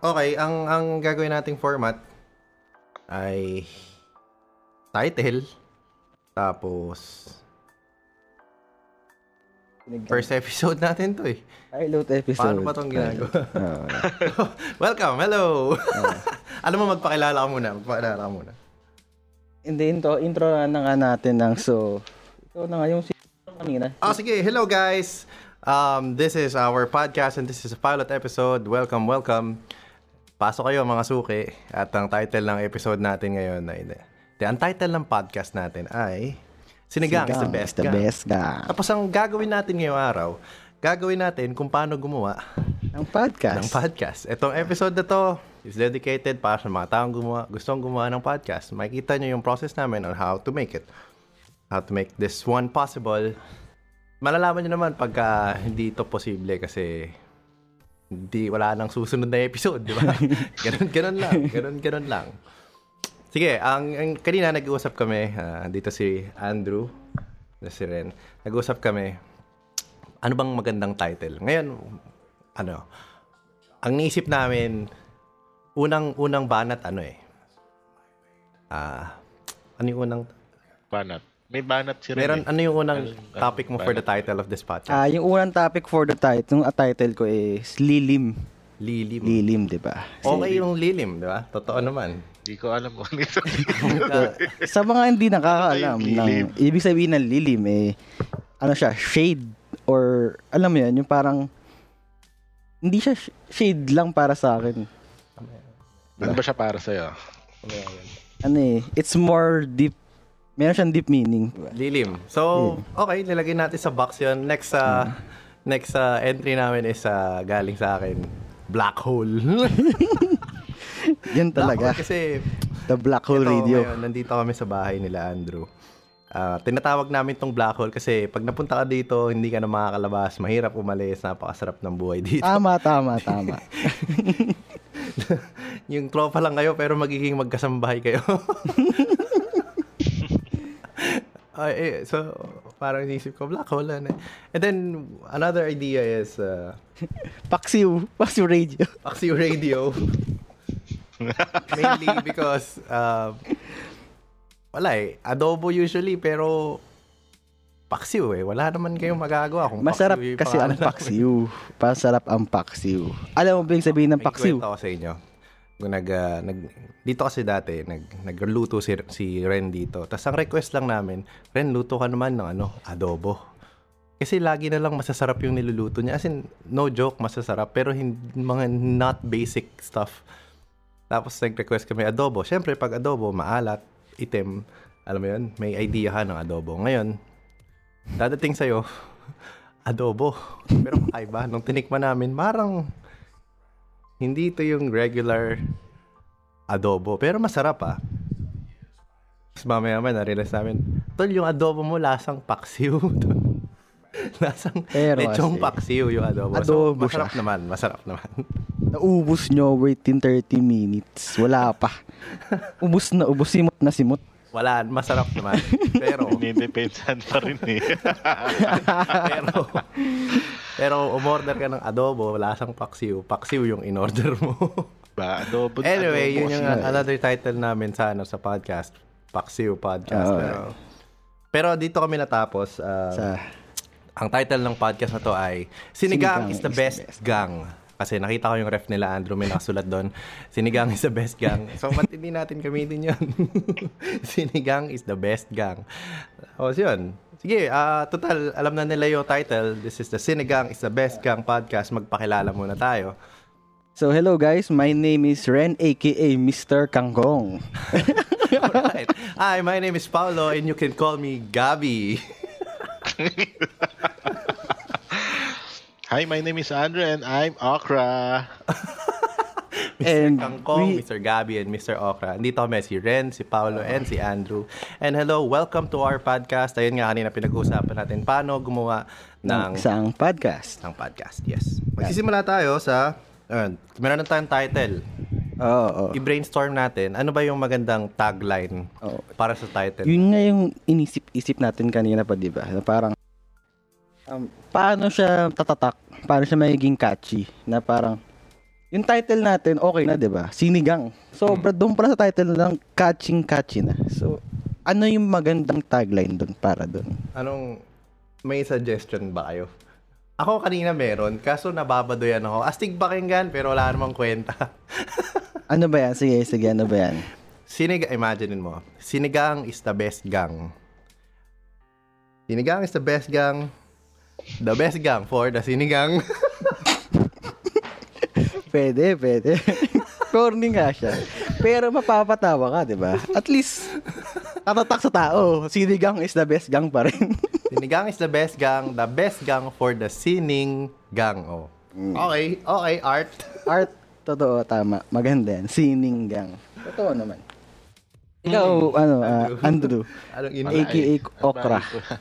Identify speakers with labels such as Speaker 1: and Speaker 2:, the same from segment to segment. Speaker 1: Okay, ang ang gagawin nating format ay title tapos first episode natin to eh.
Speaker 2: Pilot episode.
Speaker 1: Paano ba tong ginagawa?
Speaker 2: Oo.
Speaker 1: Welcome, hello. Alam mo magpakilala ka muna, magpakilala ka muna.
Speaker 2: Hindi, intro, intro na nga natin ng so... Ikaw na nga yung si... kanina.
Speaker 1: Ah, sige. Hello, guys. Um, this is our podcast and this is a pilot episode. Welcome, welcome. Pasok kayo mga suki. At ang title ng episode natin ngayon ay... De, ang title ng podcast natin ay... Sinigang, is the
Speaker 2: Gang,
Speaker 1: best
Speaker 2: the
Speaker 1: gang.
Speaker 2: best gang.
Speaker 1: Tapos ang gagawin natin ngayong araw, gagawin natin kung paano gumawa
Speaker 2: Ang podcast.
Speaker 1: ng podcast. Itong episode na to is dedicated para sa mga taong gumawa, gustong gumawa ng podcast. Makikita nyo yung process namin on how to make it. How to make this one possible. Malalaman nyo naman pagka hindi ito posible kasi hindi wala nang susunod na episode, di ba? ganun, ganun lang. Ganun, ganun lang. Sige, ang, ang kanina nag-uusap kami, ah, dito si Andrew, na si Ren. Nag-uusap kami, ano bang magandang title? Ngayon, ano, ang naisip namin, unang unang banat ano eh. Ah, ano yung unang
Speaker 3: Banat. May banat si Rene.
Speaker 1: meron ano yung unang topic mo for the title of this podcast?
Speaker 2: Ah, yung unang topic for the title, yung ah, title ko is Lilim.
Speaker 1: lilim.
Speaker 2: Lilim, di ba?
Speaker 1: Okay yung lilim, di ba? Totoo naman.
Speaker 3: Hindi ko alam kung ano ito.
Speaker 1: Ah,
Speaker 2: Sa mga hindi nakakaalam
Speaker 3: Ay,
Speaker 2: ng
Speaker 3: lilim.
Speaker 2: ibig sabihin ng lilim eh ano siya, shade or alam mo 'yun, yung parang hindi siya sh- shade lang para sa akin.
Speaker 3: ano ba siya para sa'yo?
Speaker 2: Ano eh, it's more deep. Meron siyang deep meaning.
Speaker 1: lilim. So,
Speaker 2: Hmm.
Speaker 1: okay, nilagay natin sa box 'yon. Next sa next sa entry namin is ah, galing sa akin black hole.
Speaker 2: Yan
Speaker 1: Black
Speaker 2: talaga.
Speaker 1: hole kasi
Speaker 2: The Black Hole
Speaker 1: Ito,
Speaker 2: Radio.
Speaker 1: Ngayon, nandito kami sa bahay nila, Andrew. Ah, tinatawag namin tong black hole kasi pag napunta ka dito, hindi ka na makakalabas. Mahirap umalis. Napakasarap ng buhay dito.
Speaker 2: Tama, tama, tama.
Speaker 1: Yung tropa lang kayo pero magiging magkasambahay kayo. Ay, eh, so, parang inisip ko, black hole. Ano? eh. And then, another idea is uh,
Speaker 2: Paksiw. Paksiw Radio.
Speaker 1: Paxiu Radio. Mainly because, uh, wala eh. Adobo usually, pero Paxiu eh. Wala naman kayong magagawa kung
Speaker 2: Masarap
Speaker 1: Paxiu yung
Speaker 2: kasi ang
Speaker 1: pangalan.
Speaker 2: paksiw. Masarap ang paksiw. Alam mo ba yung sabihin ng
Speaker 1: May
Speaker 2: paksiw?
Speaker 1: kwento ako sa inyo. Kung Nag, ah, nag, dito kasi dati, nag, nagluto si, si Ren dito. Tapos ang request lang namin, Ren, luto ka naman ng ano, adobo. Kasi lagi na lang masasarap yung niluluto niya. As in, no joke, masasarap. Pero hindi, mga not basic stuff. Tapos nag-request kami adobo. Siyempre, pag adobo, maalat, itim. Alam mo yun, may idea ka ng adobo. Ngayon, dadating sa'yo, adobo. Pero kakaiba. Nung tinikman namin, marang hindi ito yung regular adobo. Pero masarap ah. Tapos mamaya mamaya na-realize namin, Tol, yung adobo mo lasang paksiw. lasang
Speaker 2: Pero
Speaker 1: lechong
Speaker 2: kasi,
Speaker 1: paksiw yung adobo.
Speaker 2: adobo
Speaker 1: masarap naman, masarap naman.
Speaker 2: Naubos nyo within 30 minutes. Wala pa. Ubus na ubus. Simot na simot.
Speaker 1: Wala, masarap naman. Pero,
Speaker 3: Ninidepensahan pa rin eh.
Speaker 1: pero, pero umorder ka ng adobo, lasang paksiw. Paksiw yung in-order mo.
Speaker 3: ba, adobo.
Speaker 1: anyway,
Speaker 3: adobo eh.
Speaker 1: yun yung
Speaker 3: kasi.
Speaker 1: another title namin sana sa podcast. Paksiw podcast.
Speaker 2: Alright.
Speaker 1: pero, pero dito kami natapos. ah,
Speaker 2: Sa,
Speaker 1: ang title ng podcast na to ay Sinigang,
Speaker 2: Sinigang
Speaker 1: is the
Speaker 2: is the
Speaker 1: best, gang. Kasi nakita ko yung ref nila, Andrew, may nakasulat doon. Sinigang is the best gang. So, ba't hindi natin gamitin yun? Sinigang is the best gang. O, so yun. Sige, ah, total, alam na nila yung title. This is the Sinigang is the best gang podcast. Magpakilala muna tayo.
Speaker 2: so hello guys, my name is Ren aka Mr. Kangkong.
Speaker 1: Alright. Hi, my name is Paolo and you can call me Gabi.
Speaker 3: Hi, my name is Andrew and I'm Okra.
Speaker 1: Mr.
Speaker 2: And
Speaker 1: Kangkong,
Speaker 2: we-
Speaker 1: Mr. Gabby, and Mr. Okra. Andito kami si Ren, si Paolo, and si Andrew. And hello, welcome to our podcast. Ayun nga kanina pinag-uusapan natin paano gumawa ng,
Speaker 2: Isang podcast.
Speaker 1: ng podcast. Yes. Magsisimula tayo sa, uh, meron na tayong title.
Speaker 2: Oo. oo.
Speaker 1: I-brainstorm natin, ano ba yung magandang tagline
Speaker 2: Oo.
Speaker 1: para sa title?
Speaker 2: Yun nga yung inisip-isip natin kanina pa, di ba? Na parang, um, paano siya tatatak? Paano siya magiging catchy? Na parang, Yung title natin, okay na, di ba? Sinigang. So, bro, doon pala sa title na lang, catching-catchy na. So, ano yung magandang tagline doon para doon?
Speaker 1: Anong may suggestion ba kayo? Ako kanina meron, kaso nababadoyan ako. Astig pakinggan, pero wala namang kwenta.
Speaker 2: Ano ba yan? Sige, sige, ano ba yan?
Speaker 1: Sinig, imagine mo, sinigang is the best gang. Sinigang is the best gang. The best gang for the sinigang.
Speaker 2: Pwede, pwede. Corny nga siya. Pero mapapatawa ka, di ba? At least, katatak sa tao. Sinigang is the best gang pa rin.
Speaker 1: sinigang is the best gang. The best gang for the sining gang. Oh. Okay, okay, art.
Speaker 2: Art, totoo, tama. Maganda yan. Sininggang. Totoo naman. Ikaw, ano, ah, Andrew.
Speaker 1: Anong in-
Speaker 2: Ay. AKA okra.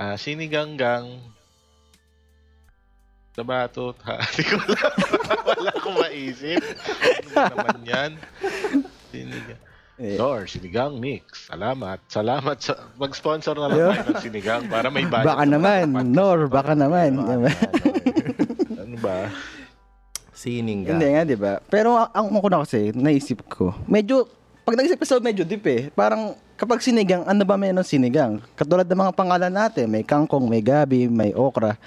Speaker 3: Ah, siniganggang. Sabatot. Ha, hindi ko alam. Wala akong maisip. Ano naman yan? Sinigang.
Speaker 2: Eh.
Speaker 3: Sure, sinigang mix. Salamat. Salamat. Sa, mag-sponsor na lang tayo ng sinigang para may budget.
Speaker 2: Baka
Speaker 3: sa mga
Speaker 2: naman,
Speaker 3: kapatid.
Speaker 2: Nor, baka naman. Diba?
Speaker 3: ano ba?
Speaker 1: Sining gang.
Speaker 2: Hindi nga, di ba? Pero a- ang ako na kasi, naisip ko, medyo, pag nag-isip ko medyo deep eh. Parang, kapag sinigang, ano ba meron sinigang? Katulad ng mga pangalan natin, may kangkong, may gabi, may okra.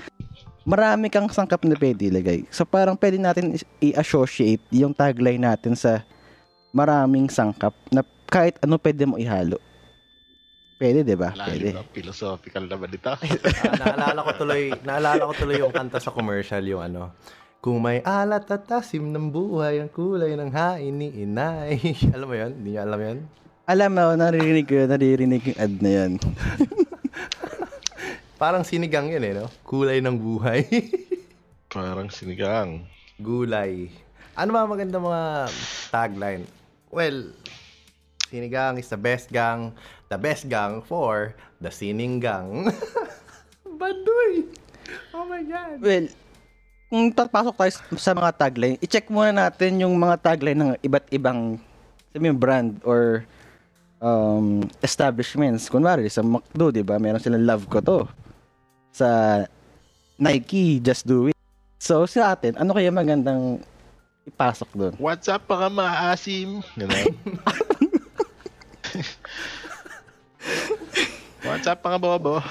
Speaker 2: Marami kang sangkap na pwede ilagay. So parang pwede natin is- i-associate yung tagline natin sa maraming sangkap na kahit ano pwede mo ihalo. Pwede, di ba?
Speaker 3: Lalim
Speaker 2: Pwede.
Speaker 3: na philosophical naman ito.
Speaker 1: Ah, naalala ko tuloy, naalala ko tuloy yung kanta sa commercial yung ano. Kung may alat at asim ng buhay, ang kulay ng hain ni inay. alam mo yun? Hindi niyo alam yun?
Speaker 2: Alam mo, naririnig ko, naririnig yung ad na yan.
Speaker 1: Parang sinigang yun eh, no? Kulay ng buhay.
Speaker 3: Parang sinigang.
Speaker 1: Gulay. Ano ba maganda mga tagline? Well, sinigang is the best gang. The best gang for the sininggang. Baduy! Oh my God!
Speaker 2: Well, kung papasok tayo sa mga tagline, i-check muna natin yung mga tagline ng iba't ibang sabihin, brand or um, establishments. Kunwari, sa McDo, di ba? Meron silang love ko to. Sa Nike, just do it. So, sa atin, ano kaya magandang ipasok doon?
Speaker 3: What's up mga maasim? Ganun. What's up mga bobo?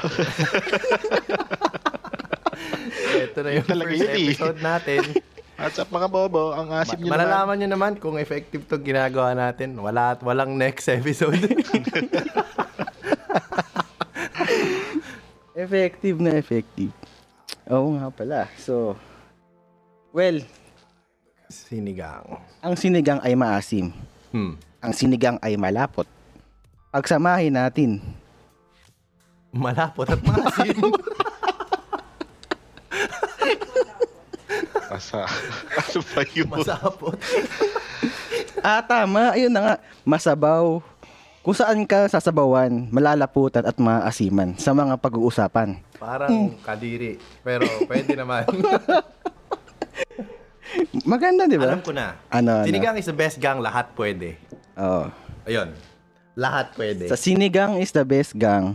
Speaker 1: Ito na yung
Speaker 3: Talaga
Speaker 1: first
Speaker 3: yun eh.
Speaker 1: episode natin.
Speaker 3: What's up mga bobo? Ang asim nyo
Speaker 1: Ma- malalaman nyo naman kung effective to ginagawa natin. Wala at walang next episode.
Speaker 2: Effective na effective. Oo nga pala. So, well,
Speaker 1: Sinigang.
Speaker 2: ang sinigang ay maasim.
Speaker 1: Hmm.
Speaker 2: Ang sinigang ay malapot. Pagsamahin natin,
Speaker 1: Malapot at masin.
Speaker 3: naman. Masa. ano ba yun?
Speaker 1: Masapot.
Speaker 2: Ah, tama. Ayun na nga. Masabaw. Kung saan ka sasabawan, malalaputan at maasiman sa mga pag-uusapan.
Speaker 3: Hmm.
Speaker 1: Parang kadiri. Pero pwede naman.
Speaker 3: Diba?
Speaker 2: Maganda, di ba?
Speaker 1: Alam ko na.
Speaker 2: Ano, ano?
Speaker 1: Sinigang is the best gang. Lahat pwede.
Speaker 2: Ah, Oo.
Speaker 1: Ayun. Lahat pwede.
Speaker 2: Sa sinigang is the best gang.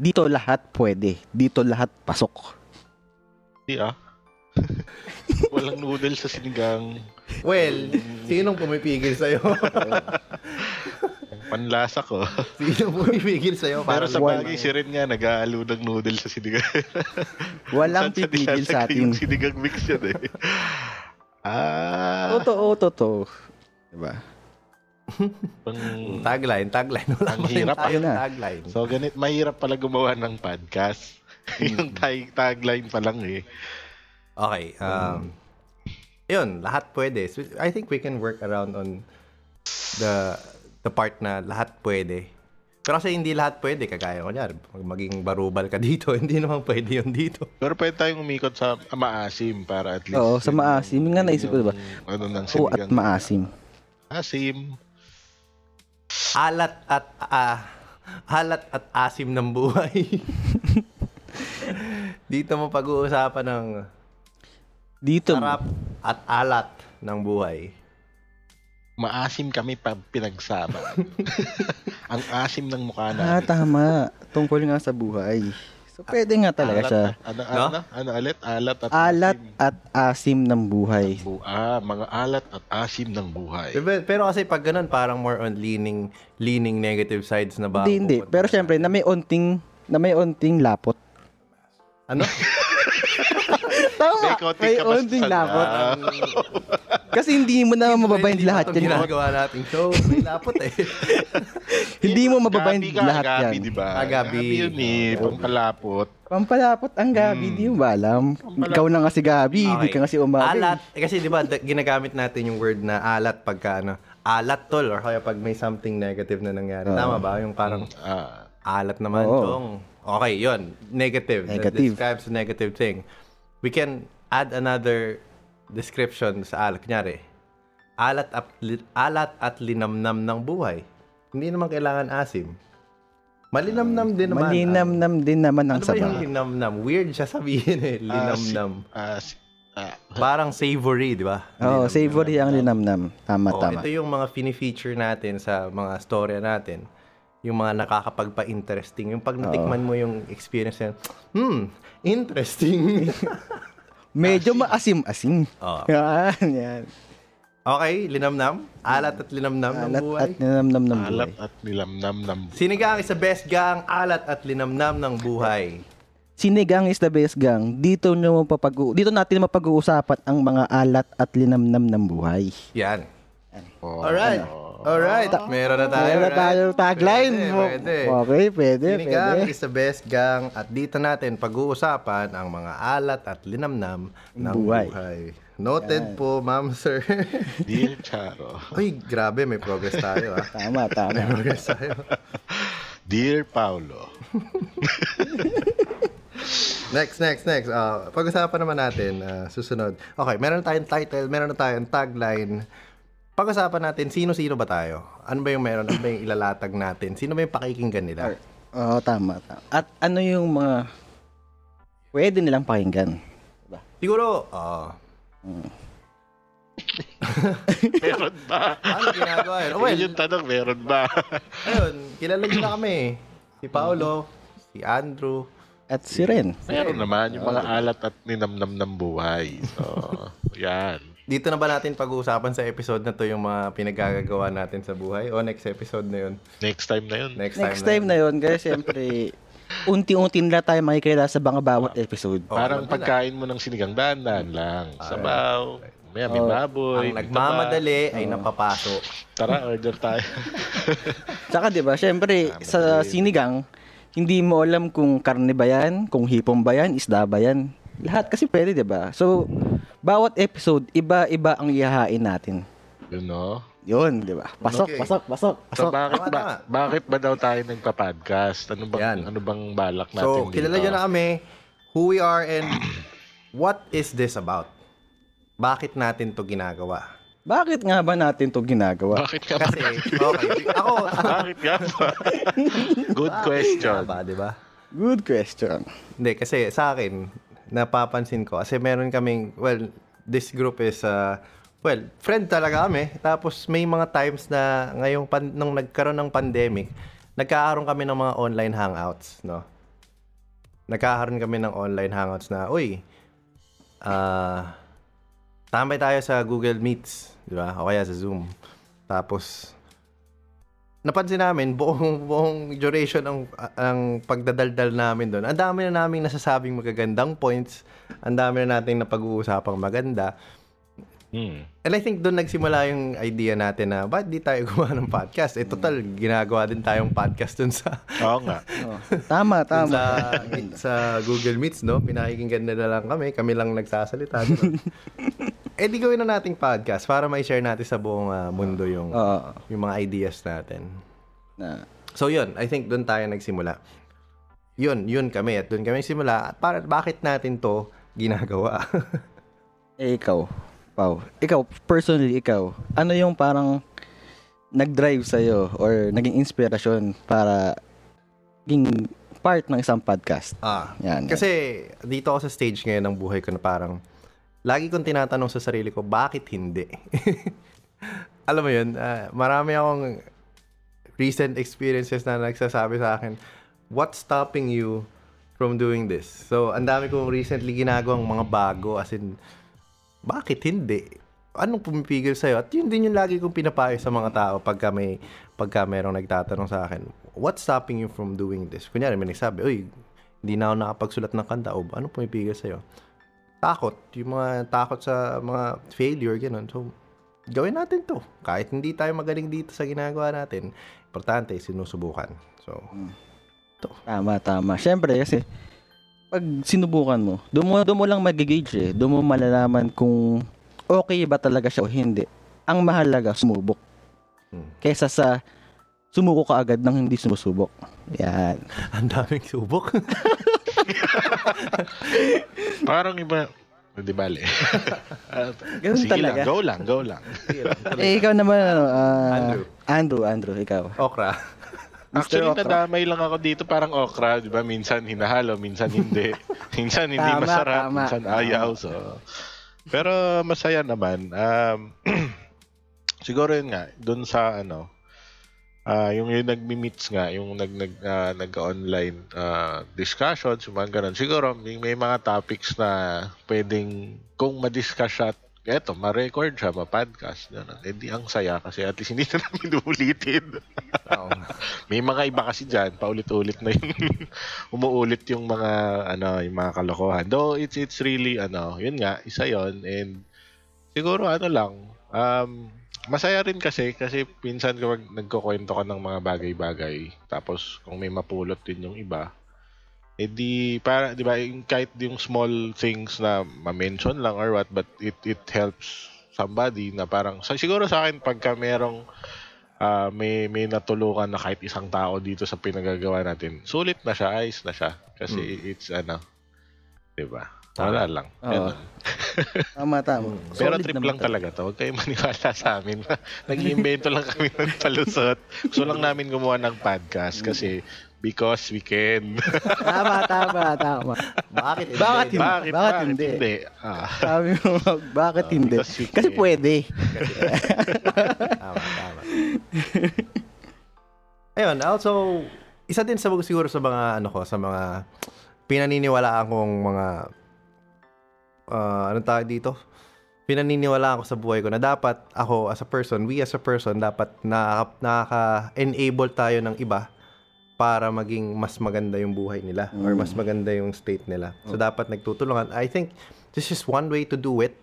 Speaker 2: Dito lahat pwede. Dito lahat pasok.
Speaker 3: Hindi ah. Walang noodle sa sinigang.
Speaker 1: Well, sinong pumipigil sa'yo?
Speaker 3: Panlasa ko.
Speaker 1: sinong pumipigil sa'yo? Para
Speaker 3: Pero sa bagay, si Ren nga, nag-aalo ng noodle sa sinigang.
Speaker 2: Walang
Speaker 3: Saan
Speaker 2: pipigil sa
Speaker 3: nilalagay Yung
Speaker 2: atin.
Speaker 3: sinigang mix yan eh. Ah,
Speaker 2: Totoo, totoo. Di ba?
Speaker 3: pang-
Speaker 1: Tagline, tagline. Wala
Speaker 3: Ang
Speaker 1: pa rin
Speaker 3: hirap, ah.
Speaker 1: tayong
Speaker 2: Ayun na.
Speaker 1: tagline.
Speaker 3: So ganit mahirap pala gumawa ng podcast. yung tag- tagline pa lang eh.
Speaker 1: Okay.
Speaker 2: Mm.
Speaker 1: Um, yun, lahat pwede. So, I think we can work around on the the part na lahat pwede. Pero kasi hindi lahat pwede, kagaya ko niyan. Maging barubal ka dito, hindi naman pwede yun dito.
Speaker 3: Pero pwede tayong umikot sa maasim para at least.
Speaker 2: Oo, sa
Speaker 3: yun
Speaker 2: maasim. Yun nga naisip ko, diba?
Speaker 3: yung Ano ng
Speaker 2: Oo, at
Speaker 3: sinigang.
Speaker 2: maasim.
Speaker 3: Asim.
Speaker 1: Alat at ah, alat at asim ng buhay. dito mo pag-uusapan ng
Speaker 2: Dito.
Speaker 1: sarap at alat ng buhay.
Speaker 3: Maasim kami pag pinagsama. Ang asim ng mukha
Speaker 2: Ah,
Speaker 3: namin.
Speaker 2: tama. Tungkol nga sa buhay. So, pwede nga talaga
Speaker 3: Alat
Speaker 2: siya.
Speaker 3: at- Ano,
Speaker 1: No?
Speaker 3: ano, ano, alit? Alat at
Speaker 2: Alat
Speaker 3: asim.
Speaker 2: at asim ng buhay.
Speaker 3: Bu- ah, mga alat at asim ng buhay.
Speaker 1: Diba? Pero kasi pag ganun, parang more on leaning leaning negative sides na ba?
Speaker 2: Hindi, hindi. Pero syempre, na may onting, na may onting lapot.
Speaker 1: Ano?
Speaker 2: Tama,
Speaker 3: May konting
Speaker 2: may
Speaker 3: kabastusan
Speaker 2: onting
Speaker 3: na.
Speaker 2: lapot. Kasi hindi mo na mababind
Speaker 1: Hindi ba
Speaker 2: lahat
Speaker 1: itong
Speaker 2: yan. eh.
Speaker 1: ginagawa nating show. May lapot eh.
Speaker 2: Hindi mo mababind
Speaker 3: Gabi ka,
Speaker 2: lahat
Speaker 3: gabi,
Speaker 2: yan.
Speaker 3: di ba?
Speaker 1: Ah, gabi.
Speaker 3: yun eh, pampalapot.
Speaker 2: Pampalapot ang Gabi, di mo ba alam? Ikaw na nga si Gabi, di
Speaker 1: Hmm. Okay.
Speaker 2: ka nga si Umabi.
Speaker 1: Alat. Eh, kasi di ba da- ginagamit natin yung word na alat pagka ano, alat tol or kaya pag may something negative na nangyari. Tama ba? Yung parang
Speaker 3: Ah,
Speaker 1: alat naman
Speaker 2: Hmm. Oo.
Speaker 1: tong. Okay, yun. Negative. That
Speaker 2: Negative.
Speaker 1: describes a negative thing. We can add another description sa alat. Kunyari, alat at, li- alat at linamnam ng buhay. Hindi naman kailangan asim. Malinamnam din naman. ah.
Speaker 2: Malinamnam Ah. din naman ang
Speaker 1: Ano ba yung
Speaker 2: sabaw. Ah,
Speaker 1: linamnam? Weird siya sabihin eh.
Speaker 3: asim-
Speaker 1: Linamnam.
Speaker 3: asim- ah,
Speaker 1: Parang savory, di ba?
Speaker 2: Oo, savory ang linamnam. Tama,
Speaker 1: Oh,
Speaker 2: tama.
Speaker 1: ito yung mga fini-feature natin sa mga storya natin. Yung mga nakakapagpa-interesting. Yung pag natikman mo yung experience na, hmm, interesting.
Speaker 2: Medyo maasim-asim.
Speaker 1: Oo.
Speaker 2: Yan, yan.
Speaker 1: okay, linamnam. Alat at linamnam ng
Speaker 2: Alat
Speaker 1: buhay.
Speaker 2: at linamnam ng buhay.
Speaker 3: alat at nilamnam ng
Speaker 1: Sinigang is the best gang, alat at linamnam ng buhay.
Speaker 2: Sinigang is the best gang. Dito nyo mapapag dito natin mapag-uusapan ang mga alat at linamnam ng buhay.
Speaker 1: Yan.
Speaker 3: Oh,
Speaker 1: Alright. Alright. Meron na tayo.
Speaker 2: ano? Meron
Speaker 1: right?
Speaker 2: tayong tagline.
Speaker 1: Pwede,
Speaker 2: Oh, mo.
Speaker 1: pwede.
Speaker 2: Okay, pwede,
Speaker 1: Sinigang
Speaker 2: pwede.
Speaker 1: is the best gang at dito natin pag-uusapan ang mga alat at linamnam ng buhay.
Speaker 2: Buhay.
Speaker 1: Noted po, ma'am sir.
Speaker 3: Dear Charo.
Speaker 1: Uy, grabe, may progress tayo ah.
Speaker 2: Tama, tama.
Speaker 1: May progress tayo.
Speaker 3: Dear Paolo.
Speaker 1: Next, next, next. Ah, pag-usapan naman natin, ah, susunod. Okay, meron na tayong title, meron na tayong tagline. Pag-usapan natin, sino-sino ba tayo? Ano ba yung meron? Ano ba yung ilalatag natin? Sino ba yung pakikinggan nila?
Speaker 2: Oo, tama, tama. At ano yung mga pwede nilang pakinggan?
Speaker 1: Siguro, ah,
Speaker 3: Meron ba?
Speaker 1: ano ginagawa yun? Well,
Speaker 3: Yun yung tanong, meron ba?
Speaker 1: ayun, kilala nyo na kami. Si Paolo, si Andrew.
Speaker 2: At si Ren.
Speaker 3: meron naman yung
Speaker 1: Ah.
Speaker 3: mga alat at ninamnam ng buhay. So, yan.
Speaker 1: Dito na ba natin pag-uusapan sa episode na to yung mga pinagagagawa natin sa buhay? O next episode na yun?
Speaker 3: Next time na yun.
Speaker 1: Next,
Speaker 2: Next
Speaker 1: time,
Speaker 2: time na yun, guys, syempre, unti-unti nila tayo makikilala sa mga bawat episode.
Speaker 1: Oh,
Speaker 3: Parang
Speaker 1: wala.
Speaker 3: pagkain mo ng sinigang danan lang. Sabaw. May may baboy.
Speaker 1: Oh, Ang
Speaker 3: may
Speaker 1: nagmamadali ay napapaso.
Speaker 3: taba. Tara, order tayo.
Speaker 2: Tsaka 'di ba,
Speaker 1: Ah,
Speaker 2: syempre sa sinigang, hindi mo alam kung karne ba 'yan, kung hipon ba 'yan, isda ba 'yan. Lahat kasi pwede 'di ba? So bawat episode iba-iba ang ihahain natin.
Speaker 3: you know?
Speaker 2: 'Yun, 'di ba? Pasok,
Speaker 1: Okay.
Speaker 2: pasok, pasok, pasok.
Speaker 3: So, bakit
Speaker 1: Tama,
Speaker 3: ba, bakit ba daw tayo nagpa-podcast? Ano bang,
Speaker 1: Yan.
Speaker 3: ano bang balak natin
Speaker 1: So,
Speaker 3: dito?
Speaker 1: kilala nyo na kami, who we are and what is this about? Bakit natin to ginagawa?
Speaker 2: Bakit nga ba natin 'to ginagawa?
Speaker 1: Ah.
Speaker 3: Bakit ka ba?
Speaker 1: Kasi, okay, ako,
Speaker 3: bakit ka ba? Good question.
Speaker 1: ba, di ba?
Speaker 2: Good question.
Speaker 1: Hindi, kasi sa akin, napapansin ko, kasi meron kaming, well, this group is, uh, well, friend talaga kami. Tapos may mga times na ngayong, pan, nung nagkaroon ng pandemic, nagkakaroon kami ng mga online hangouts, no? Nagkakaroon kami ng online hangouts na, uy, ah, tambay tayo sa Google Meets, di ba? O kaya sa Zoom. Tapos, napansin namin buong buong duration ng ang pagdadaldal namin doon. Ang dami na naming nasasabing magagandang points, ang dami na nating napag-uusapang maganda.
Speaker 3: Hmm.
Speaker 1: And I think doon nagsimula yung idea natin na ba't di tayo gumawa ng podcast? Eh total ginagawa din tayong podcast doon sa
Speaker 3: Oo nga.
Speaker 2: Oh, tama,
Speaker 1: dun
Speaker 2: tama.
Speaker 1: sa, sa Google Meets, no? Pinakikinggan nila lang kami. Kami lang nagsasalita. Diba? eh, di gawin na nating podcast para may share natin sa buong ah, mundo yung,
Speaker 2: Oo.
Speaker 1: yung mga ideas natin.
Speaker 2: na.
Speaker 1: So yun, I think doon tayo nagsimula. Yun, yun kami at doon kami nagsimula. Para, bakit natin to ginagawa?
Speaker 2: Eh, ikaw, Pau. Ikaw, personally, ikaw, ano yung parang nag-drive sa'yo or naging inspirasyon para maging part ng isang podcast?
Speaker 1: ah,
Speaker 2: Yan.
Speaker 1: kasi dito ako sa stage ngayon ng buhay ko na parang lagi kong tinatanong sa sarili ko, bakit hindi? Alam mo yun, ah, marami akong recent experiences na nagsasabi sa akin, what's stopping you from doing this. So, ang dami kong recently ginagawang mga bago. As in, bakit hindi? Anong pumipigil sa'yo? At yun din yung lagi kong pinapayo sa mga tao pagka may pagka merong nagtatanong sa akin, what's stopping you from doing this? Kunyari, may nagsabi, uy, hindi na ako nakapagsulat ng kanta. O, anong pumipigil sa'yo? Takot. Yung mga takot sa mga failure, gano'n. So, gawin natin to. Kahit hindi tayo magaling dito sa ginagawa natin, importante, sinusubukan. So,
Speaker 2: Tama, tama. Siyempre, kasi pag sinubukan mo, doon mo, doon mo lang mag-gauge eh. Doon mo malalaman kung okay ba talaga siya o hindi. Ang mahalaga, sumubok.
Speaker 1: Hmm.
Speaker 2: Kesa sa sumuko ka agad nang hindi sumusubok. Yan.
Speaker 1: ang daming subok.
Speaker 3: Parang iba, hindi bale. Ah,
Speaker 2: Ganun
Speaker 3: Sige
Speaker 2: talaga.
Speaker 3: lang, go lang, go lang.
Speaker 2: Eh, ikaw naman, ano, ah,
Speaker 1: Andrew.
Speaker 2: Andrew, Andrew, ikaw.
Speaker 1: Okra.
Speaker 2: Mr.
Speaker 3: Actually,
Speaker 2: Okra.
Speaker 3: nadamay lang ako dito parang okra, di ba? Minsan hinahalo, minsan hindi. minsan hindi
Speaker 2: Tama,
Speaker 3: masarap,
Speaker 2: tama.
Speaker 3: minsan ayaw. So. Pero masaya naman. Um, siguro yun nga, dun sa ano, ah yung yung nagmi-meets nga, yung nag nag ah, nag-online ah, discussions, yung mga ganun. Siguro may, may mga topics na pwedeng kung ma-discuss siya, eto, ma-record siya, ma-podcast, gano'n. Eh di ang saya kasi at least hindi na namin ulitin.
Speaker 1: Oo.
Speaker 3: May mga iba kasi dyan, paulit-ulit na yun. Umuulit yung mga, ano, yung mga kalokohan. Though, it's, it's really, ano, yun nga, isa yon And, siguro, ano lang, um, masaya rin kasi, kasi pinsan kapag nagkukwento ka ng mga bagay-bagay, tapos kung may mapulot din yung iba, eh di, para, di ba, yung kahit yung small things na ma-mention lang or what, but it, it helps somebody na parang, sa, siguro sa akin, pagka merong ah may may natulungan na kahit isang tao dito sa pinagagawa natin. Sulit na siya, ayos na siya kasi it's ano, 'di ba? Wala lang.
Speaker 2: Oo.
Speaker 3: Ganun.
Speaker 2: Tama, tama.
Speaker 3: Pero
Speaker 2: Solid
Speaker 3: trip
Speaker 2: naman
Speaker 3: lang
Speaker 2: to.
Speaker 3: talaga 'to. Huwag kayong maniwala sa amin. Nag-iimbento lang kami ng palusot. Gusto lang namin gumawa ng podcast
Speaker 2: Mm.
Speaker 3: kasi because we can.
Speaker 2: Tama, tama, tama.
Speaker 1: Bakit?
Speaker 2: Bakit hindi?
Speaker 3: bakit,
Speaker 2: Bakit
Speaker 3: bakit
Speaker 2: hindi?
Speaker 3: hindi? Ah,
Speaker 2: Sabi mo, bakit hindi?
Speaker 3: because we
Speaker 2: Kasi
Speaker 3: can.
Speaker 2: pwede.
Speaker 1: Tama, tama. Ayun, also, isa din sa siguro sa mga ano ko, sa mga pinaniniwalaan kong mga ah, ano tawag dito? Pinaniniwalaan ko sa buhay ko na dapat ako as a person, we as a person, dapat na, nakaka-enable tayo ng iba para maging mas maganda yung buhay nila or mas maganda yung state nila. So, dapat nagtutulungan. I think this is one way to do it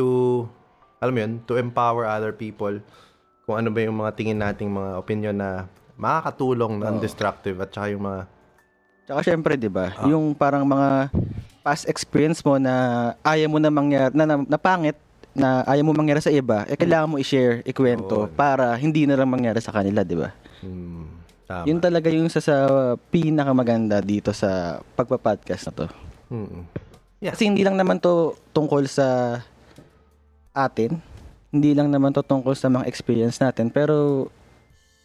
Speaker 1: to alam mo yun, to empower other people kung ano ba yung mga tingin nating mga opinion na makakatulong, non-destructive at saka yung mga
Speaker 2: Tsaka syempre, 'di ba? Yung parang mga past experience mo na ayaw mo na mangyari na, na, na pangit na ayaw mo mangyari sa iba, eh kailangan mo i-share, ikwento para hindi na lang mangyari sa kanila, 'di ba?
Speaker 1: hmm, tama.
Speaker 2: Yun talaga yung sa, sa pinakamaganda dito sa pagpa-podcast na 'to.
Speaker 1: Mm-mm.
Speaker 2: Kasi hindi lang naman 'to tungkol sa atin, hindi lang naman 'to tungkol sa mga experience natin, pero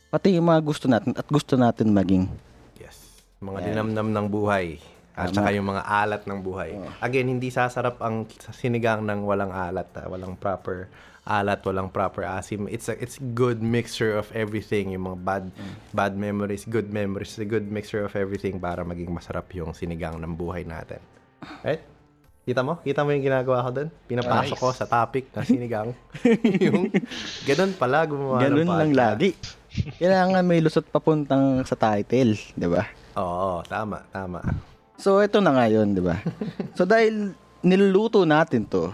Speaker 2: pati yung mga gusto natin at gusto natin maging.
Speaker 1: Yes. Mga dinamnam ng buhay. At saka yung mga alat ng buhay.
Speaker 2: Oh.
Speaker 1: Again, hindi sasarap ang sinigang ng walang alat. ah, Walang proper alat, walang proper asim. It's a it's good mixture of everything. Yung mga bad
Speaker 2: Mm.
Speaker 1: bad memories, good memories, a good mixture of everything para maging masarap yung sinigang ng buhay natin. Right? Kita mo? Kita mo yung ginagawa ko doon? Pinapasok
Speaker 3: Nice.
Speaker 1: ko sa topic na sinigang. yung ganun pala gumawa ng
Speaker 2: Ganun lang
Speaker 1: podcast.
Speaker 2: lagi. Kailangan may lusot papuntang sa title, 'di ba?
Speaker 1: Oo, tama, tama.
Speaker 2: So ito na ngayon, 'di ba? So dahil niluluto natin 'to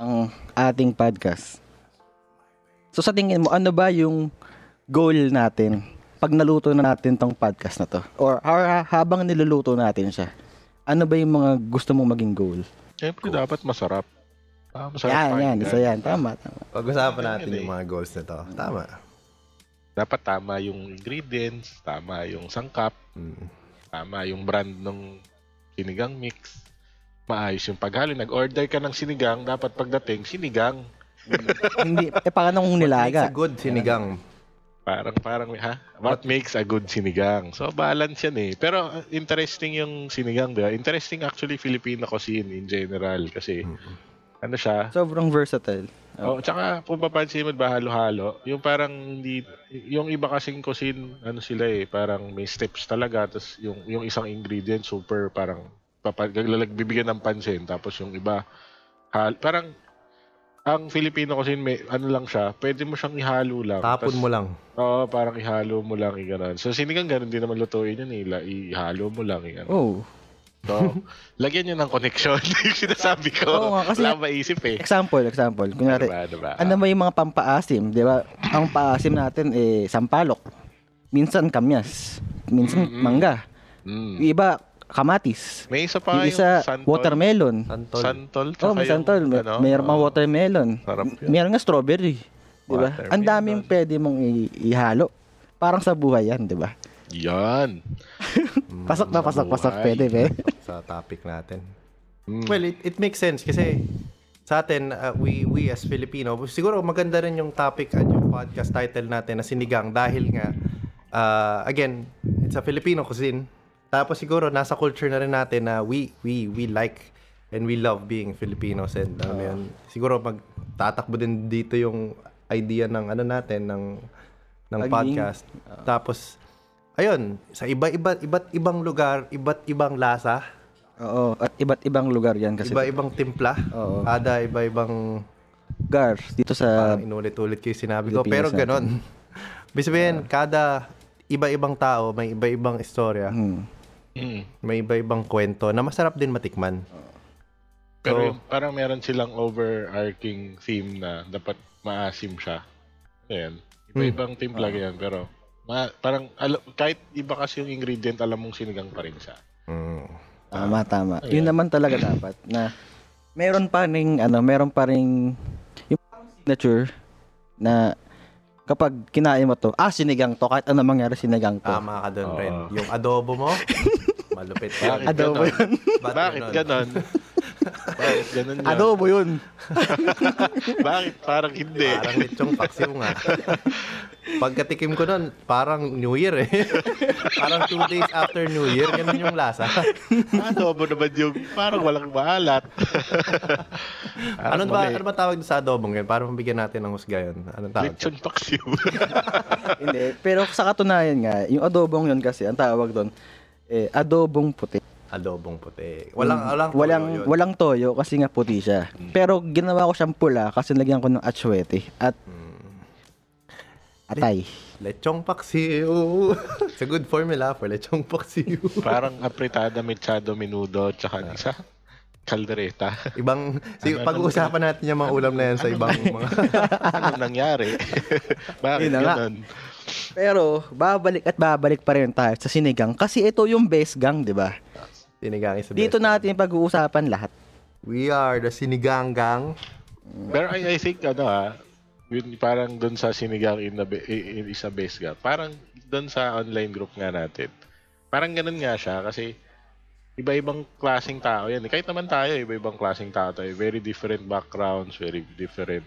Speaker 2: ang ating podcast. So sa tingin mo, ano ba yung goal natin pag naluto na natin tong podcast na 'to? Or ha- habang niluluto natin siya, ano ba yung mga gusto mong maging goal?
Speaker 3: Siyempre dapat masarap. Ah, masarap
Speaker 2: Yan, yan,
Speaker 3: pakinggan.
Speaker 2: isa yan. Tama, tama.
Speaker 1: Pag-usapan natin
Speaker 3: Ganun
Speaker 1: yung mga goals na to. Tama.
Speaker 3: Dapat tama yung ingredients, tama yung sangkap,
Speaker 1: Mm.
Speaker 3: Tama, yung brand ng sinigang mix. Maayos yung paghalo. Nag-order ka ng sinigang, dapat pagdating, sinigang.
Speaker 2: Hindi, eh paano kung
Speaker 1: It's a
Speaker 2: nilaga?
Speaker 1: good sinigang.
Speaker 3: Parang, parang, ha? What makes a good sinigang? So, balance yan eh. Pero, uh, interesting yung sinigang, di ba? Interesting actually Filipino cuisine in general. Kasi, ano siya?
Speaker 2: Sobrang versatile.
Speaker 3: Oh, tsaka kung papansin mo, ba halo-halo. Yung parang hindi yung iba kasing cuisine, ano sila eh, parang may steps talaga tapos yung yung isang ingredient super parang papaglalagbibigyan ng pansin tapos yung iba hal, parang ang Filipino cuisine may ano lang siya, pwede mo siyang ihalo lang.
Speaker 1: Tapon
Speaker 3: Tas-
Speaker 1: mo lang.
Speaker 3: Oo, parang ihalo mo lang, iganan. So, sinigang ganun din naman lutuin yun, ila, ihalo mo lang, iganan.
Speaker 2: Oh.
Speaker 3: So, lagyan niya ng connection, yung sinasabi ko.
Speaker 2: Oo nga, kasi-
Speaker 3: Wala akong maisip eh.
Speaker 2: Example, example.
Speaker 3: Ano
Speaker 2: Kunyari,
Speaker 3: ba, ano ba?
Speaker 2: ano ba yung mga pampaasim, di ba? Ang paasim natin, eh, sampalok. Minsan kamyas. Minsan mangga.
Speaker 3: Mm.
Speaker 2: Yung iba, kamatis.
Speaker 3: Ah, May isa pa
Speaker 2: Yung
Speaker 3: yung
Speaker 2: isa,
Speaker 3: santol.
Speaker 2: watermelon.
Speaker 1: Santol.
Speaker 3: Santol. ano?
Speaker 2: Oh, may santol. May, mayroon pang watermelon.
Speaker 3: Ah, Sarap yun.
Speaker 2: Meron nga strawberry. Di ba?
Speaker 3: Watermelon.
Speaker 2: Ang daming pwede mong i- ihalo. Parang sa buhay yan, di ba?
Speaker 3: Yan.
Speaker 2: Pasok na, pasok, pasok.
Speaker 3: Mm, buhay.
Speaker 2: Pwede, be.
Speaker 1: sa topic natin.
Speaker 3: Mm.
Speaker 1: Well, it, it makes sense kasi sa atin, uh, we, we as Filipino, siguro maganda rin yung topic at yung podcast title natin na sinigang dahil nga, uh, again, it's a Filipino cuisine. Tapos siguro nasa culture na rin natin na we, we, we like and we love being Filipinos and alam mo yun, siguro magtatakbo din dito yung idea ng ano natin, ng, ng
Speaker 2: Pagiging-
Speaker 1: podcast. Tapos, ayun, sa iba-iba, iba't ibang lugar, iba't ibang lasa,
Speaker 2: Oo. At iba't ibang lugar yan kasi.
Speaker 1: Iba-ibang timpla.
Speaker 2: Oo.
Speaker 1: Ada iba-ibang
Speaker 2: lugar dito sa
Speaker 1: parang inulit-ulit kayo sinabi ko.
Speaker 2: Pilipinas ah.
Speaker 1: Pero
Speaker 2: natin.
Speaker 1: ganon. Ibig sabihin, kada iba-ibang tao, may iba-ibang istorya,
Speaker 2: Hmm.
Speaker 3: Mm.
Speaker 1: may iba-ibang kwento na masarap din matikman.
Speaker 3: Pero
Speaker 1: So-
Speaker 3: yung, parang meron silang overarching theme na dapat maasim siya. Ayan. Iba-ibang
Speaker 2: Hmm.
Speaker 3: timpla ganyan, pero ma- parang al- kahit iba kasi yung ingredient, alam mong sinigang pa rin siya.
Speaker 1: Mm.
Speaker 2: Tama, tama.
Speaker 3: Ayan.
Speaker 2: Yun naman talaga dapat na meron pa ring ano, meron pa ring yung signature na kapag kinain mo to, ah, sinigang to, kahit ano mangyari, sinigang to.
Speaker 1: Tama ka doon,
Speaker 3: Oo.
Speaker 1: Ren. Yung adobo mo, malupit
Speaker 3: Bakit
Speaker 1: yun.
Speaker 2: Adobo
Speaker 3: ganon?
Speaker 1: Ba't
Speaker 3: Bakit
Speaker 1: ganon?
Speaker 3: ganon? Bakit ganon yun?
Speaker 2: Adobo yun.
Speaker 3: Bakit parang hindi?
Speaker 1: Parang lechong paksiw nga. Pagkatikim ko nun, parang New Year eh. parang two days after New Year, ganun yung lasa.
Speaker 3: adobo naman yung parang walang maalat.
Speaker 1: ano ba, ano ba tawag sa adobo ngayon? Para mabigyan natin ng husga yun. Anong tawag?
Speaker 3: Lechon paksiw.
Speaker 2: Hindi. Pero sa katunayan nga, yung adobong yun kasi, ang tawag doon, eh, adobong puti.
Speaker 1: Adobong puti. Walang, walang, tuyo
Speaker 2: Hmm. Walang,
Speaker 1: yun. Hmm.
Speaker 2: walang toyo kasi nga puti siya. Pero ginawa ko siyang pula kasi lagyan ko ng atsuete at
Speaker 1: Hmm.
Speaker 2: atay.
Speaker 1: Lechong paksiw. It's a good formula for lechong paksiw.
Speaker 3: parang apritada, mechado, minudo, tsaka ano isa. Caldereta.
Speaker 1: Ibang, si, pag-uusapan natin yung mga ulam na yan sa ibang mga...
Speaker 3: Anong nangyari? Bakit
Speaker 2: Yun na nga.
Speaker 3: ganon?
Speaker 2: Pero babalik at babalik pa rin tayo sa sinigang kasi ito yung best gang, 'di ba?
Speaker 1: Sinigang is the
Speaker 2: Dito
Speaker 1: best.
Speaker 2: natin pag-uusapan lahat.
Speaker 1: We are the sinigang-gang.
Speaker 3: Pero I, I think ano ha, yun, parang doon sa sinigang in, the, ba- in, in isa base nga, parang doon sa online group nga natin, parang ganun nga siya kasi iba-ibang klaseng tao yan. eh. Kahit naman tayo, iba-ibang klaseng tao tayo. Very different backgrounds, very different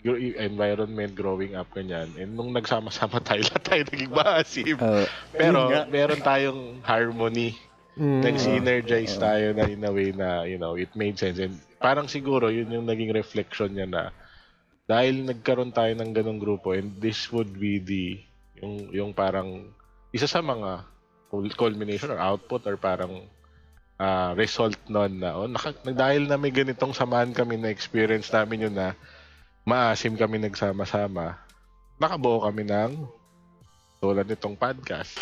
Speaker 3: gro- environment growing up ganyan. And nung nagsama-sama tayo, lahat tayo naging maasim.
Speaker 2: Oo. Yun
Speaker 3: Pero
Speaker 2: nga.
Speaker 3: meron tayong harmony. Nag-synergize tayo na in a way na, you know, it made sense. And parang siguro, yun yung naging reflection niya na dahil nagkaroon tayo ng ganong grupo and this would be the, yung, yung parang, isa sa mga cul- culmination or output or parang ah, result nun na, oh, naka, dahil na may ganitong samahan kami na experience namin yun na maasim kami nagsama-sama, nakabuo kami ng tulad nitong podcast,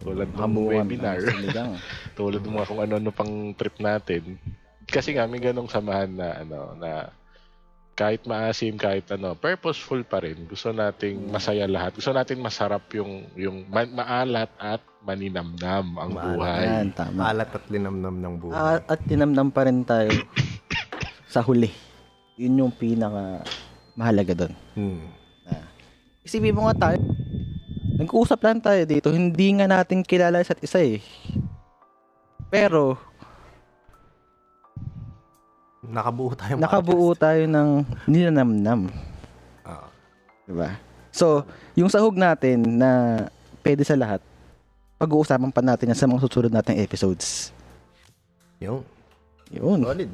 Speaker 3: tulad ng
Speaker 2: Kamuha
Speaker 3: webinar.
Speaker 2: ng sinigang.
Speaker 3: tulad ng mga kung ano-ano pang trip natin. Kasi nga may ganong samahan na ano na kahit maasim, kahit ano, purposeful pa rin. Gusto nating masaya lahat. Gusto natin masarap yung yung ma- maalat at maninamnam ang
Speaker 1: Maalat.
Speaker 3: buhay.
Speaker 2: Yan, tama.
Speaker 1: Alat at linamnam ng buhay.
Speaker 2: Ah, at tinamnam pa rin tayo sa huli. Yun yung pinaka mahalaga doon.
Speaker 1: Hmm.
Speaker 2: Isipin mo nga tayo, nag-uusap lang tayo dito, hindi nga natin kilala isa't isa eh. Pero,
Speaker 1: Nakabuo tayo. ng
Speaker 2: nakabuo tayo ng ninanamnam.
Speaker 1: podcast. Ah.
Speaker 2: Diba? So, yung sahog natin na pwede sa lahat, pag-uusapan pa natin yan sa mga susunod nating episodes.
Speaker 1: Yung,
Speaker 2: Yun.
Speaker 1: solid.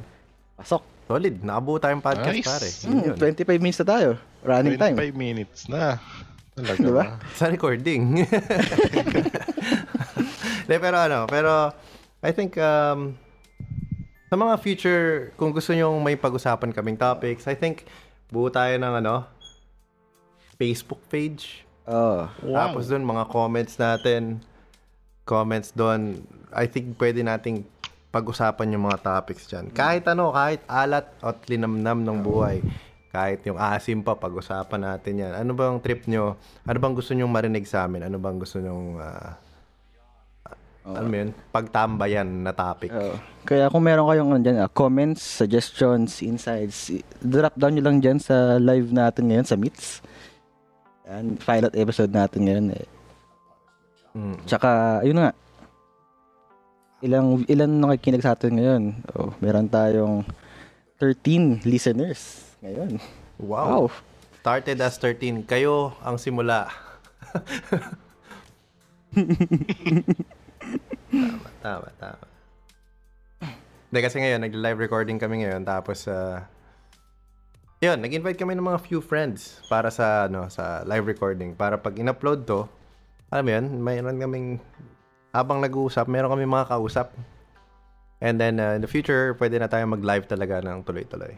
Speaker 2: Pasok.
Speaker 1: Solid. Nakabuo tayong podcast,
Speaker 3: Nice.
Speaker 1: pare. Yun
Speaker 2: Hmm,
Speaker 1: yun.
Speaker 2: 25 minutes na tayo. Running time.
Speaker 3: 25 minutes na. Talaga.
Speaker 2: Diba?
Speaker 3: ah.
Speaker 1: Sa recording. De, pero ano, pero I think um, sa mga future, kung gusto nyo may pag-usapan kaming topics, I think buo tayo ng ano, Facebook page.
Speaker 2: Oo.
Speaker 3: Wow.
Speaker 1: Tapos doon, mga comments natin. Comments doon. I think pwede nating pag-usapan yung mga topics dyan. Kahit ano, kahit alat at linamnam ng buhay. Kahit yung asim pa, pag-usapan natin yan. Ano bang trip nyo? Ano bang gusto nyong marinig sa amin? Ano bang gusto nyong, ah, ano mo yun? Pagtambayan na topic.
Speaker 2: Oo. Kaya kung meron kayong ano dyan, ah, comments, suggestions, insights, i- drop down nyo lang dyan sa live natin ngayon sa Meets. And pilot episode natin ngayon eh.
Speaker 1: Mm.
Speaker 2: Tsaka, yun nga. Ilang, ilan nakikinig sa atin ngayon? Oh, meron tayong 13 listeners ngayon.
Speaker 1: Wow. Started as 13. Kayo ang simula. tama, tama, tama. Hindi, kasi ngayon, nag-live recording kami ngayon. Tapos, ah, yun, nag-invite kami ng mga few friends para sa, ano, sa live recording. Para pag in-upload to, alam mo yun, mayroon kaming, habang nag-uusap, meron kami mga kausap. And then, ah, in the future, pwede na tayo mag-live talaga ng tuloy-tuloy.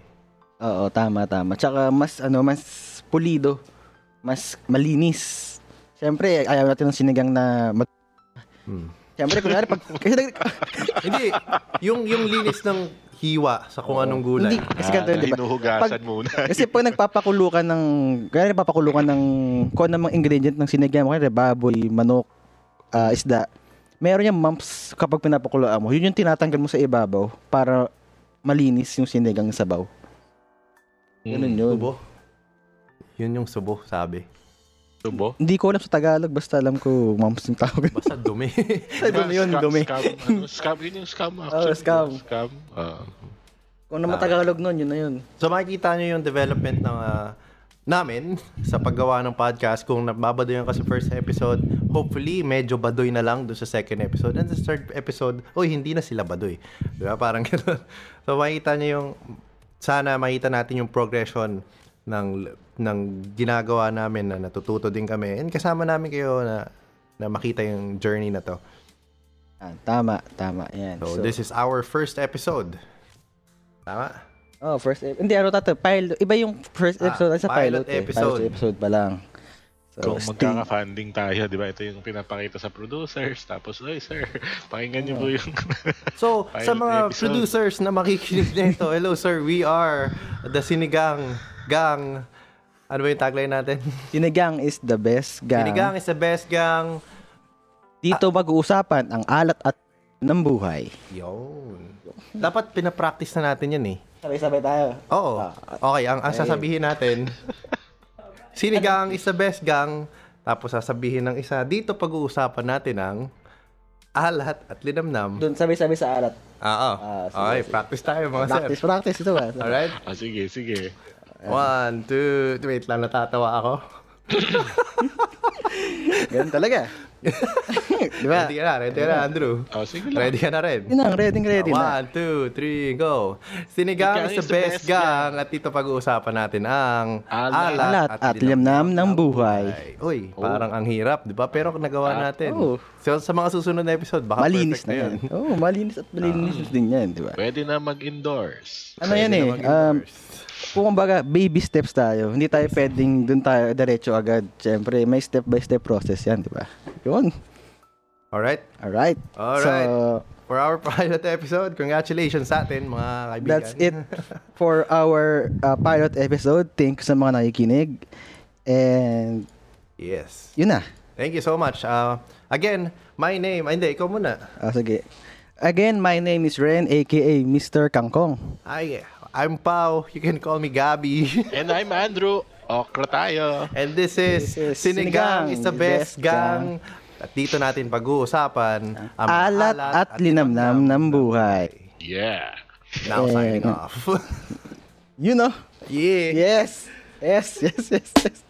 Speaker 2: Oo, tama, tama. Tsaka mas, ano, mas pulido. Mas malinis. Siyempre, ayaw natin ng sinigang na... Mag-
Speaker 1: Hmm.
Speaker 2: Siyempre, kunwari, pag... Kasi, nag-
Speaker 1: Hindi, yung yung linis ng hiwa sa kung anong gulay.
Speaker 2: Hindi, kasi ganito,
Speaker 3: Ah,
Speaker 2: di ba?
Speaker 3: Hinuhugasan
Speaker 2: Pag-
Speaker 3: muna.
Speaker 2: Kasi pag nagpapakulo ka ng, kaya nagpapakulo ka ng, kung ano mga ingredient ng sinigang mo, kaya baboy, manok, ah, isda, meron yung mumps kapag pinapakuloan mo. Yun yung tinatanggal mo sa ibabaw para malinis yung sinigang sa sabaw. Ganun yun.
Speaker 1: Subo. Yun yung subo, sabi.
Speaker 3: Tubo?
Speaker 2: Hindi ko alam sa Tagalog, basta alam ko mumps yung tawag.
Speaker 1: Basta dumi.
Speaker 2: Ay, dumi yun,
Speaker 3: Scam-
Speaker 2: dumi. Oh,
Speaker 3: Scam, ano, scam, yun yung scam actually.
Speaker 2: scam. Oh,
Speaker 3: Scam. Ah.
Speaker 2: Kung naman Tagalog nun, yun na yun.
Speaker 1: so makikita nyo yung development ng ah, namin sa paggawa ng podcast. Kung nababadoyan ka sa first episode, hopefully medyo badoy na lang doon sa second episode. And sa third episode, uy, hindi na sila badoy. Di ba? Parang gano'n. So makikita nyo yung, sana makita natin yung progression ng ng ginagawa namin na natututo din kami and kasama namin kayo na na makita yung journey na to.
Speaker 2: Ah, tama, tama. Yan.
Speaker 1: So, this is our first episode. Tama?
Speaker 2: Oh, first episode. Hindi, ano tato, pilot. Iba yung first
Speaker 1: Ah,
Speaker 2: episode, sa
Speaker 1: pilot
Speaker 2: pilot, eh.
Speaker 1: episode.
Speaker 2: Pilot episode pa lang. So,
Speaker 3: Kung
Speaker 2: stay-
Speaker 3: magkaka-funding tayo, di ba? Ito yung pinapakita sa producers. Tapos, oy sir, pakinggan niyo po
Speaker 2: Oh.
Speaker 3: yung...
Speaker 1: So, sa
Speaker 3: Pilot
Speaker 1: mga
Speaker 3: episode.
Speaker 1: producers na makikinig nito, hello sir, we are the Sinigang Gang. Ano ba yung tagline natin?
Speaker 2: Sinigang is the best gang.
Speaker 1: Sinigang is the best gang.
Speaker 2: Dito mag-uusapan ang alat at ng buhay.
Speaker 1: Yun. Dapat pinapractice na natin yan eh.
Speaker 2: Sabay-sabay tayo.
Speaker 1: Oo.
Speaker 2: Ah.
Speaker 1: Okay, ang, ang sasabihin natin, Sinigang is the best gang. Tapos sasabihin ng isa, dito pag-uusapan natin ang alat at linamnam.
Speaker 2: Doon sabay-sabay sa alat.
Speaker 1: Oo.
Speaker 2: Ah, sige,
Speaker 1: Okay,
Speaker 2: sige.
Speaker 1: practice tayo mga Oh, sir.
Speaker 2: Practice, practice ito ba?
Speaker 1: Alright?
Speaker 3: ah, sige, sige.
Speaker 1: One, two, wait lang, natatawa ako.
Speaker 2: Ganun talaga. Di ba?
Speaker 1: Ready ka na, ready ka na, Andrew.
Speaker 3: Oh, sige lang.
Speaker 1: Ready ka na rin.
Speaker 2: Yun ang ready, ready na.
Speaker 1: One, two, three, go. Sinigang is the best gang at dito pag-uusapan natin ang
Speaker 3: Alat
Speaker 2: Alat at limnam ng
Speaker 1: buhay.
Speaker 2: buhay.
Speaker 1: Uy, parang ang hirap, di ba? Pero nagawa natin.
Speaker 2: oh.
Speaker 1: So, sa mga susunod na Ah. episode, baka
Speaker 2: Malinis
Speaker 1: perfect
Speaker 2: na yan. Oo, oh, malinis at malinis din yan, di ba?
Speaker 3: Pwede na mag-endorse.
Speaker 2: Ano yan eh, um, kung kumbaga baby steps tayo. Hindi tayo pwedeng doon tayo diretso agad. Siyempre, may step by step process yan, di ba? Yun.
Speaker 1: Alright?
Speaker 2: Alright.
Speaker 1: Alright.
Speaker 2: So,
Speaker 1: For our pilot episode, congratulations sa atin, mga kaibigan.
Speaker 2: That's it for our uh, pilot episode. Thank you sa mga nakikinig. And
Speaker 1: Yes.
Speaker 2: yun na.
Speaker 1: Thank you so much. Uh, again, my name, ay, hindi, ikaw muna.
Speaker 2: Ah, sige. Again, my name is Ren, aka Mr. Kangkong.
Speaker 1: Hi, I'm Pau. You can call me Gabi.
Speaker 3: And I'm Andrew. Okra tayo.
Speaker 1: And this is,
Speaker 2: This is
Speaker 1: Sinigang,
Speaker 2: Sinigang
Speaker 1: is the best, gang. At dito natin pag-uusapan ang
Speaker 2: Alat, at linamnam ng buhay.
Speaker 3: Yeah.
Speaker 1: Now signing
Speaker 2: Eh,
Speaker 1: off.
Speaker 2: You know?
Speaker 1: yeah.
Speaker 2: Yes. Yes, yes, yes, yes.